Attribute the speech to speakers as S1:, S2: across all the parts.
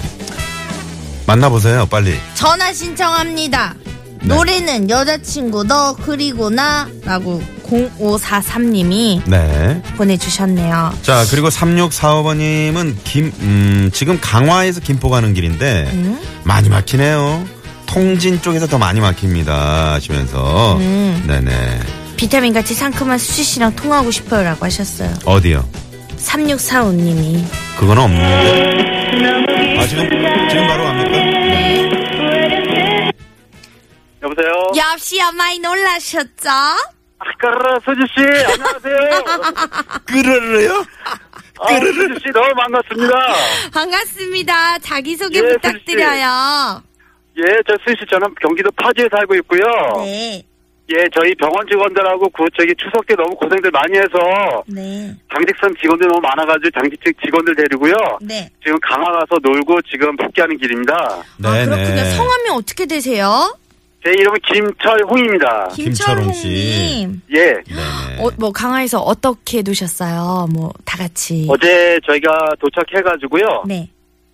S1: 만나보세요, 빨리.
S2: 전화 신청합니다.
S1: 네.
S2: 노래는 여자친구 너 그리고 나 라고 0543님이
S1: 네.
S2: 보내주셨네요.
S1: 자, 그리고 3645번님은 김, 음, 지금 강화에서 김포 가는 길인데, 많이 막히네요. 통진 쪽에서 더 많이 막힙니다. 하시면서. 네네.
S2: 비타민 같이 상큼한 수지 씨랑 통화하고 싶어요 라고 하셨어요.
S1: 어디요?
S2: 3645님이.
S1: 그건 없는데. 아, 지금, 지금 바로 갑니까?
S3: 여보세요?
S2: 예.
S4: 엽시야 많이 놀라셨죠?
S3: 아까라, 수지씨, 안녕하세요.
S1: 끄르르요?
S3: 아, 수지씨, 너무 반갑습니다.
S4: 반갑습니다. 자기소개
S3: 예, 수지 씨.
S4: 부탁드려요.
S3: 예, 저 수지씨, 저는 경기도 파주에 살고 있고요.
S2: 네.
S3: 예, 저희 병원 직원들하고 그, 저기 추석 때 너무 고생들 많이 해서
S2: 네.
S3: 당직선 직원들 너무 많아가지고 당직직 직원들 데리고요.
S2: 네.
S3: 지금 강화 가서 놀고 지금 복귀하는 길입니다.
S2: 아,
S1: 네,
S2: 그렇군요. 성함이 어떻게 되세요?
S3: 제 이름은 김철홍입니다.
S1: 아, 김철홍 씨.
S2: 김철홍님.
S3: 예.
S1: 네네.
S2: 어, 뭐 강화에서 어떻게 노셨어요? 뭐 다 같이.
S3: 어제 저희가 도착해가지고요.
S2: 네.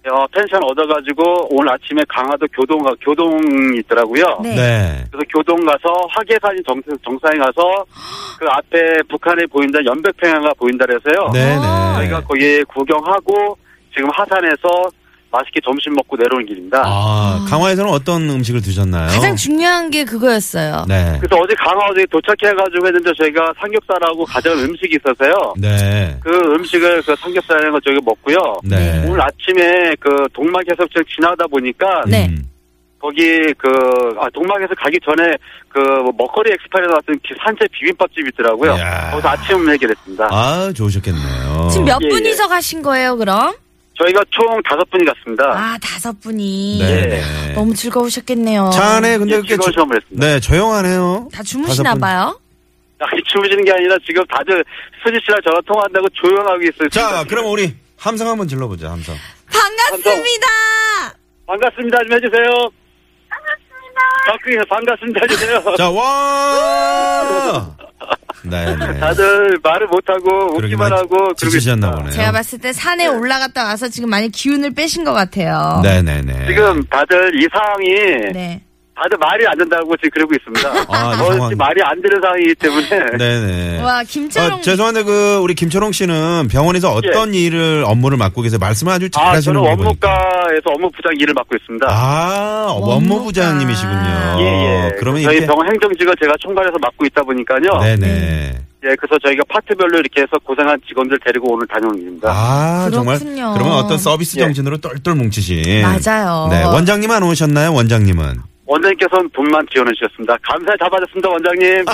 S3: 어, 펜션 얻어가지고 오늘 아침에 강화도 교동, 가- 교동이 있더라고요.
S2: 네.
S1: 네.
S3: 그래서 교동 가서 화계산 정, 정상에 가서 그 앞에 북한에 보인다 연백평야가 보인다 그래서요.
S1: 네네.
S3: 저희가 거기 구경하고 지금 하산해서 맛있게 점심 먹고 내려오는 길입니다.
S1: 아, 강화에서는 어떤 음식을 드셨나요?
S2: 음. 가장 중요한 게 그거였어요.
S1: 네.
S3: 그래서 어제 강화 어제 도착해가지고 했는데 저희가 삼겹살하고 가져온 음식이 있어서요.
S1: 네.
S3: 그 음식을 그 삼겹살이라는 걸 저희가 먹고요.
S1: 네.
S3: 오늘 아침에 그 동막 해석장 지나다 보니까
S2: 네.
S1: 음.
S3: 거기 그 아, 동막에서 가기 전에 그 먹거리 엑스파일에 나왔던 그 산채 비빔밥집 있더라고요.
S1: 이야.
S3: 거기서 아침 해결했습니다.
S1: 아, 좋으셨겠네요.
S2: 지금 몇
S3: 예, 예.
S2: 분이서 가신 거예요, 그럼?
S3: 저희가 총 다섯 분이 갔습니다.
S2: 아, 다섯 분이. 어.
S1: 네.
S2: 너무 즐거우셨겠네요.
S1: 차 안에 근데
S3: 예,
S1: 그렇게
S3: 즐거운
S1: 조-
S3: 시험을 했습니다.
S1: 네, 조용하네요.
S2: 다
S1: 다섯
S2: 주무시나
S1: 분.
S2: 봐요?
S3: 아니, 주무시는 게 아니라 지금 다들 수지 씨랑 저랑 통화한다고 조용하게 있어요.
S1: 자, 그럼 우리 함성 한번 질러보자, 함성.
S4: 반갑습니다.
S3: 반갑습니다. 좀 해주세요. 반갑습니다. 반갑습니다. 해주세요.
S1: 자, 와! 네, 네.
S3: 다들 말을 못하고 웃기만
S1: 그러기만
S3: 하고 그러고
S1: 지치셨나
S3: 있습니다.
S1: 보네요.
S2: 제가 봤을 때 산에 올라갔다 와서 지금 많이 기운을 빼신 것 같아요.
S1: 네네네.
S3: 지금 다들 이 상황이
S2: 네.
S3: 다들 말이 안 된다고 지금 그러고 있습니다.
S1: 아, 이
S3: 어,
S1: 상황.
S3: 지금 말이 안 되는 상황이기 때문에
S1: 네네.
S2: 와, 김철홍.
S1: 아, 죄송한데 그 우리 김철홍 씨는 병원에서 어떤 일을 업무를 맡고 계세요? 말씀을 아주
S3: 예. 아
S1: 잘하시는
S3: 저는
S1: 분이 보니까.
S3: 업무과에서 업무 부장 일을 맡고 있습니다.
S1: 아 원무 부장님이시군요.
S3: 예, 예.
S1: 그러면
S3: 저희
S1: 이렇게
S3: 병원 행정직을 제가 총괄해서 맡고 있다 보니까요.
S1: 네네.
S3: 예, 그래서 저희가 파트별로 이렇게 해서 고생한 직원들 데리고 오늘 다녀온 길입니다.
S1: 아 정말
S2: 그렇군요.
S1: 그러면 어떤 서비스
S3: 예.
S1: 정신으로 똘똘 뭉치신.
S2: 맞아요.
S1: 네 원장님 안 오셨나요? 원장님은
S3: 원장님께서는 돈만 지원해 주셨습니다. 감사히 다 받았습니다, 원장님.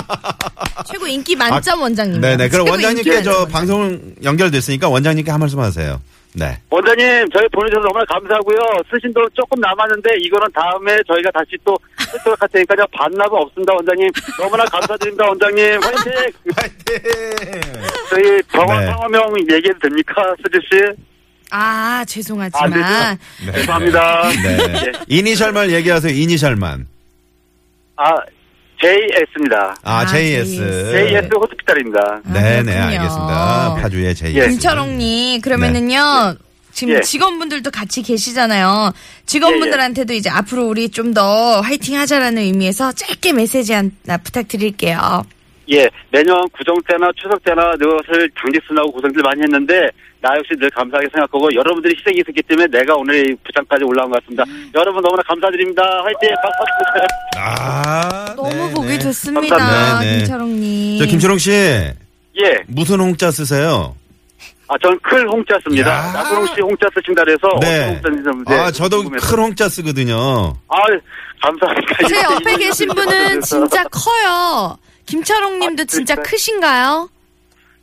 S2: 최고 인기 만점 원장님.
S1: 아, 네네. 그럼
S2: 최고
S1: 원장님께
S2: 인기
S1: 저
S2: 만점
S1: 방송 연결됐으니까 원장님께 한 말씀하세요. 네.
S3: 원장님, 저희 보내주셔서 정말 감사하고요. 쓰신 돈 조금 남았는데 이거는 다음에 저희가 다시 또 쓰도록 할 테니까요. 반납은 없습니다, 원장님. 너무나 감사드립니다, 원장님. 화이팅! 저희 병원
S1: 네.
S3: 상호명 얘기해도 됩니까, 수지 씨?
S2: 아, 죄송하지만.
S3: 안 감사합니다.
S1: 네.
S3: 예.
S1: 이니셜만 얘기하세요. 이니셜만.
S3: 아, JS입니다.
S1: 아,
S2: 아,
S1: JS.
S3: JS 호스피탈입니다.
S1: 네네
S2: 그렇군요.
S1: 알겠습니다. 네. 파주의 JS.
S3: 예.
S2: 김철홍님, 그러면은요. 지금
S3: 예.
S2: 직원분들도 같이 계시잖아요.
S1: 예,
S2: 직원분들한테도 이제 앞으로 우리 좀 더 화이팅 하자라는 의미에서 짧게 메시지 하나 부탁드릴게요.
S3: 예, 매년 구정 때나 추석 때나 늘 당직순하고 고생들 많이 했는데 나 역시 늘 감사하게 생각하고 여러분들이 희생이 있었기 때문에 내가 오늘 이 부장까지 올라온 것 같습니다.
S2: 음.
S3: 여러분 너무나 감사드립니다. 화이팅! 박수!
S1: 아,
S2: 너무
S1: 네네.
S2: 보기 좋습니다.
S1: 감사합니다. 네네.
S2: 김철홍님.
S1: 저 김철홍 씨
S3: 예,
S1: 무슨 홍자 쓰세요?
S3: 아, 전클 홍자
S1: 야.
S3: 씁니다. 나선홍 씨 홍자 쓰신다 그래서 어떤 홍자인지 좀 네,
S1: 아 저도
S3: 궁금해서.
S1: 큰 홍자 쓰거든요.
S3: 아, 감사합니다.
S2: 제 옆에 계신 분은
S3: 그래서.
S2: 진짜 커요. 김철홍님도
S3: 아,
S2: 진짜
S3: 그러니까요.
S2: 크신가요?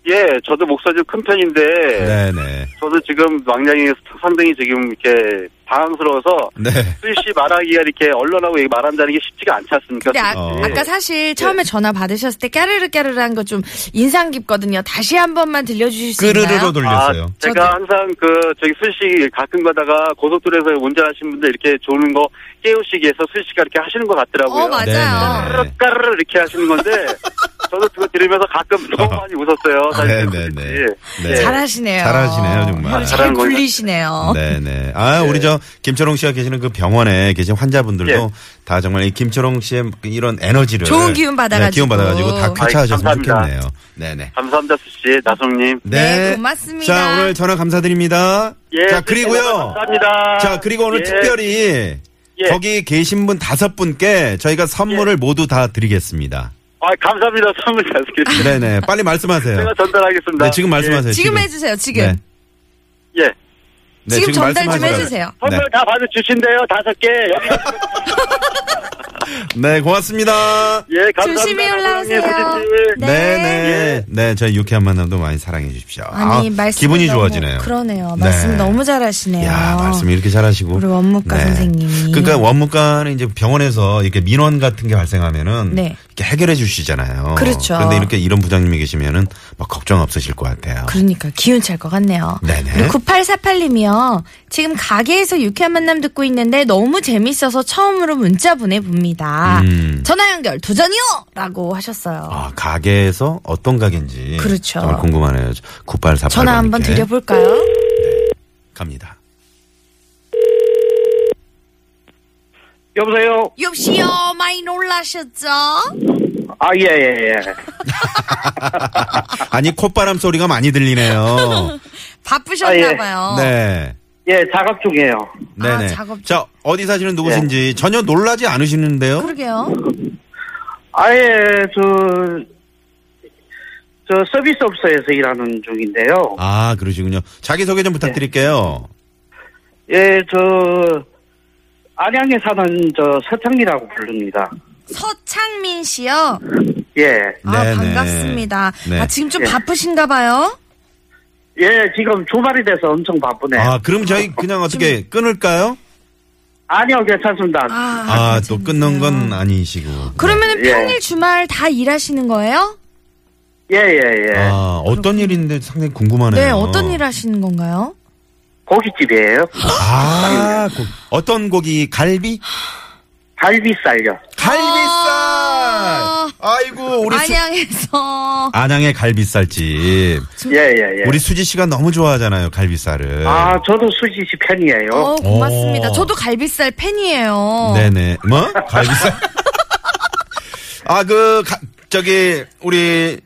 S3: 예, 저도 목소리 좀 큰 편인데
S1: 네네.
S3: 저도 지금 왕량이 상당히 지금 이렇게 당황스러워서
S1: 네.
S3: 수희씨 말하기가 이렇게 언론하고 얘기 말한다는 게 쉽지가 않지 않습니까?
S2: 근데 아,
S1: 어.
S2: 까 사실 처음에 전화 받으셨을 때 까르르 까르르 한 거 좀 인상 깊거든요. 다시 한 번만 들려주실 수
S1: 끄르르로
S2: 있나요?
S1: 돌렸어요.
S3: 아, 제가
S2: 저도.
S3: 항상 그 저기 수희씨 가끔 가다가 고속도로에서 운전하시는 분들 이렇게 조는 거 깨우시기 위해서 수희씨가 이렇게 하시는 것 같더라고요.
S4: 어, 맞아요.
S1: 네, 네.
S3: 까르르 이렇게 하시는 건데 저도 그거 들으면서 가끔 너무 많이 웃었어요. 사실
S1: 어. 네, 네, 네.
S3: 네.
S1: 네.
S2: 잘하시네요.
S1: 잘하시네요, 정말.
S2: 혀를 잘
S3: 잘하는 거예요.
S2: 굴리시네요.
S1: 네네. 아, 우리 저 김철홍 씨가 계시는 그 병원에 계신 환자분들도
S3: 예.
S1: 다 정말 이 김철홍 씨의 이런 에너지를
S2: 좋은 기운 받아가지고.
S1: 네, 기운 받아가지고 다 쾌차하셨으면
S3: 아이, 감사합니다.
S1: 좋겠네요. 네네.
S3: 감사합니다, 수씨, 나성님.
S2: 네, 고맙습니다.
S1: 자, 오늘 전화 감사드립니다.
S3: 예,
S1: 자, 그리고요.
S3: 감사합니다.
S1: 자, 그리고 오늘
S3: 예.
S1: 특별히
S3: 예.
S1: 저기 계신 분 다섯 분께 저희가 선물을 모두 다 드리겠습니다.
S3: 아, 감사합니다. 선물 잘 쓰겠습니다.
S1: 네네. 빨리 말씀하세요.
S3: 제가 전달하겠습니다.
S1: 네, 지금 말씀하세요.
S2: 예, 지금 해주세요. 지금.
S1: 네.
S3: 예. 예.
S1: 네,
S2: 지금 전달 좀
S1: 말씀하시라고요.
S2: 해주세요.
S3: 선물 다 받아주신대요, 다섯 개.
S1: 네. 네, 고맙습니다.
S3: 예, 감사합니다.
S2: 조심히 올라오세요.
S3: 수진 씨.
S2: 네.
S3: 예.
S1: 네네. 네, 저희 유쾌한 만남도 많이 사랑해 주십시오.
S2: 아니
S1: 아,
S2: 말씀
S1: 기분이 좋아지네요.
S2: 그러네요.
S1: 네.
S2: 말씀 너무 잘하시네요.
S1: 야, 말씀 이렇게 잘하시고.
S2: 우리 원무과 선생님이.
S1: 그러니까 원무과는 이제 병원에서 이렇게 민원 같은 게 발생하면은
S2: 네.
S1: 이렇게 해결해 주시잖아요.
S2: 그렇죠.
S1: 런데 이렇게 이런 부장님이 계시면은 막 걱정 없으실 것 같아요.
S2: 그러니까 기운 찰 것 같네요.
S1: 네네.
S2: 그리고 9848님이요. 지금 가게에서 유쾌한 만남 듣고 있는데 너무 재밌어서 처음으로 문자 보내봅니다.
S1: 음.
S2: 전화 연결 도전이요! 라고 하셨어요.
S1: 아, 가게에서 어떤 가게인지
S2: 그렇죠.
S1: 정말 궁금하네요. 9848
S2: 전화 한번 드려볼까요?
S1: 갑니다.
S3: 여보세요?
S4: 역시요 많이 놀라셨죠?
S3: 아, 예, 예, 예.
S1: 아니 콧바람 소리가 많이 들리네요.
S3: 아, 예.
S4: 바쁘셨나봐요.
S1: 네.
S3: 예, 작업 중이에요.
S1: 네네.
S2: 어. 아, 작업- 예.
S1: 자, 어디 사시는 누구신지 전혀 놀라지 않으시는데요?
S2: 그러게요.
S3: 아예, 저, 저 서비스 업소에서 일하는 중인데요.
S1: 아, 그러시군요. 자기소개 좀 부탁드릴게요.
S3: 예, 저, 안양에 사는 저 서창리라고 부릅니다.
S2: 서창민 씨요.
S3: 예.
S2: 아,
S1: 네네.
S2: 반갑습니다.
S1: 네.
S2: 아, 지금 좀 바쁘신가 봐요?
S3: 예, 지금 주말이 돼서 엄청 바쁘네요.
S1: 아, 그럼 저희 그냥 어떻게 끊을까요?
S3: 아. 니요 괜찮습니다.
S2: 아,
S1: 아, 또
S2: 괜찮으세요?
S1: 끊는 건 아니시고.
S2: 그러면
S1: 네.
S3: 예.
S2: 평일 주말 다 일하시는 거예요?
S3: 예, 예, 예.
S1: 아, 어떤 일인데 상당히 궁금하네요.
S2: 네, 어떤 일 하시는 건가요?
S3: 고깃집이에요.
S1: 아, 고- 어떤 고기? 갈비?
S2: 아.
S3: 갈비살요.
S1: 갈비살! 아이고, 우리 수...
S2: 안양에서.
S1: 안양의 갈비살집.
S3: 예, 예, 예.
S1: 우리 수지 씨가 너무 좋아하잖아요, 갈비살을.
S3: 아, 저도 수지 씨 팬이에요.
S2: 어, 고맙습니다.
S1: 오.
S2: 저도 갈비살 팬이에요.
S1: 네네. 뭐? 갈비살? 아, 그, 가- 저기, 우리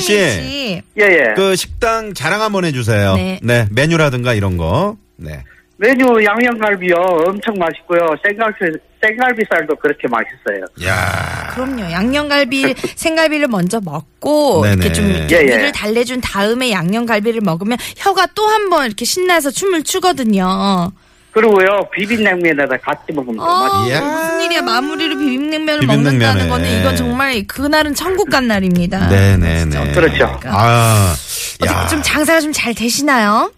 S2: 서창민
S1: 씨.
S2: 씨.
S3: 예, 예.
S1: 그 식당 자랑 한번 해주세요.
S2: 네.
S1: 메뉴라든가 이런 거. 네.
S3: 메뉴 양념갈비요. 엄청 맛있고요. 생갈비, 생갈비살도 그렇게 맛있어요.
S1: 야
S2: 그럼요. 양념갈비, 생갈비를 먼저 먹고
S1: 네네.
S2: 이렇게 좀
S1: 예,
S3: 예.
S2: 이를 달래준 다음에 양념갈비를 먹으면 혀가 또 한 번 이렇게 신나서 춤을 추거든요.
S3: 그리고요, 비빔냉면에다 같이 먹으면
S2: 어,
S3: 맛있어요.
S1: 예.
S2: 무슨 일이야. 마무리로 비빔냉면을
S1: 비빔냉면에.
S2: 먹는다는 거는 이건 정말 그날은 천국 간 날입니다.
S1: 네네네.
S3: 그렇죠.
S2: 그러니까.
S1: 아, 야.
S2: 좀 장사가 좀 잘 되시나요?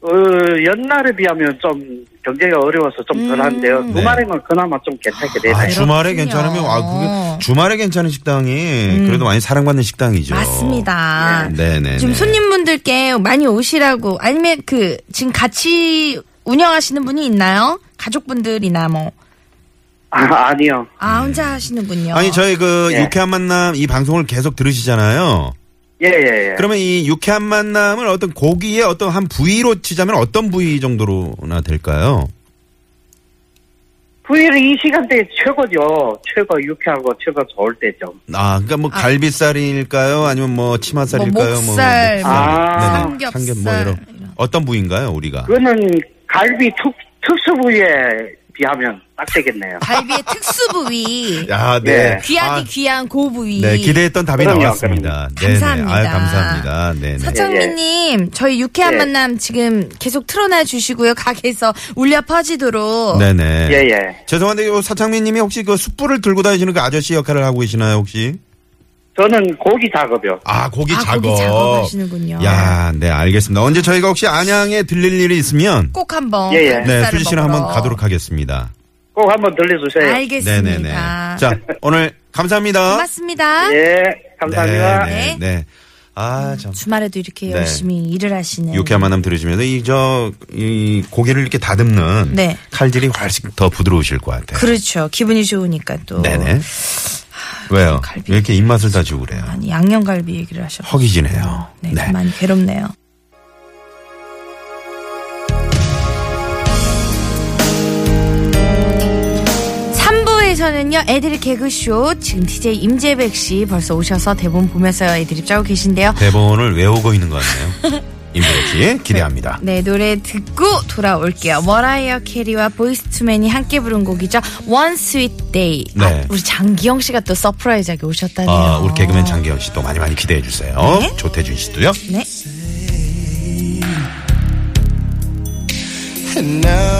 S3: 어, 옛날에 비하면 좀 경제가 어려워서 좀 덜한데요.
S2: 음.
S3: 주말에는 그나마 좀 괜찮게 되네요.
S1: 아, 주말에
S2: 그렇군요. 음.
S1: 괜찮으면, 아, 그게, 주말에 괜찮은 식당이 그래도 많이 사랑받는 식당이죠.
S2: 맞습니다.
S1: 네네.
S2: 음. 지금 손님분들께 많이 오시라고 아니면 그 지금 같이 운영하시는 분이 있나요? 가족분들이나 뭐.
S3: 아, 아니요.
S2: 아, 혼자 하시는 분요.
S1: 음. 아니, 저희 그
S3: 예.
S1: 유쾌한 만남 이 방송을 계속 들으시잖아요.
S3: 예, 예, 예.
S1: 그러면 이 유쾌한 만남을 어떤 고기의 어떤 한 부위로 치자면 어떤 부위 정도로나 될까요?
S3: 부위는 이 시간대에 최고죠. 최고 유쾌하고 최고 좋을 때죠.
S1: 아, 그러니까 뭐 갈비살일까요? 아니면 뭐 치마살일까요?
S2: 뭐 목살,
S1: 뭐
S3: 아.
S1: 네네.
S2: 삼겹살,
S1: 뭐 이런.
S2: 이런.
S1: 어떤 부위인가요, 우리가?
S3: 그거는 갈비 특, 특수 부위에 비하면 딱 되겠네요.
S2: 갈비의 특수 부위.
S1: 야, 네.
S3: 예.
S2: 귀하디
S1: 아,
S2: 귀한 고 부위.
S1: 네, 기대했던 답이
S3: 그럼요,
S1: 나왔습니다. 네네.
S2: 감사합니다.
S1: 아유, 감사합니다. 네네. 네.
S2: 서창민님, 저희 유쾌한
S3: 예.
S2: 만남 지금 계속 틀어놔 주시고요. 가게에서 울려 퍼지도록.
S1: 네네.
S3: 예, 예.
S1: 죄송한데, 요 사창민님이 혹시 그 숯불을 들고 다니시는 그 아저씨 역할을 하고 계시나요, 혹시?
S5: 저는 고기 작업이요.
S1: 아, 고기
S2: 아,
S1: 작업.
S2: 고기 작업하시는군요.
S1: 야, 네, 알겠습니다. 언제 저희가 혹시 안양에 들릴 일이 있으면
S2: 꼭 한번.
S5: 예, 예.
S1: 네,
S2: 쌀을
S1: 수지 씨랑
S2: 먹으러.
S1: 한번 가도록 하겠습니다.
S5: 꼭 한번 들려주세요.
S2: 알겠습니다.
S1: 네네네. 자, 오늘 감사합니다.
S2: 고맙습니다.
S5: 예, 감사합니다.
S1: 네, 네, 네. 아, 참.
S2: 주말에도 이렇게
S1: 네.
S2: 열심히 일을 하시는.
S1: 유쾌한 만남 들으시면서 이저이 고기를 이렇게 다듬는
S2: 네.
S1: 칼질이 훨씬 더 부드러우실 것 같아요.
S2: 그렇죠. 기분이 좋으니까 또.
S1: 네네. 왜요?
S2: 그렇죠. 갈비.
S1: 왜 이렇게 입맛을 다지고 그래요?
S2: 아니 양념갈비 얘기를 하셨고.
S1: 허기지네요.
S2: 네, 좀 많이 괴롭네요. 삼부에서는요 애드립 개그쇼 지금 DJ 임재백 씨 벌써 오셔서 대본 보면서 애드립 짜고 계신데요
S1: 대본을 외우고 있는 것 같네요. 임보씨 기대합니다.
S2: 네 노래 듣고 돌아올게요 머라이어 캐리와 보이스투맨이 함께 부른 곡이죠 One Sweet Day 아,
S1: 네.
S2: 우리 장기영 씨가 또 서프라이즈하게 오셨다네요
S1: 아, 우리 개그맨 장기현 씨도 많이 많이 기대해 주세요. 조태준 씨도요.
S2: 네.
S6: And now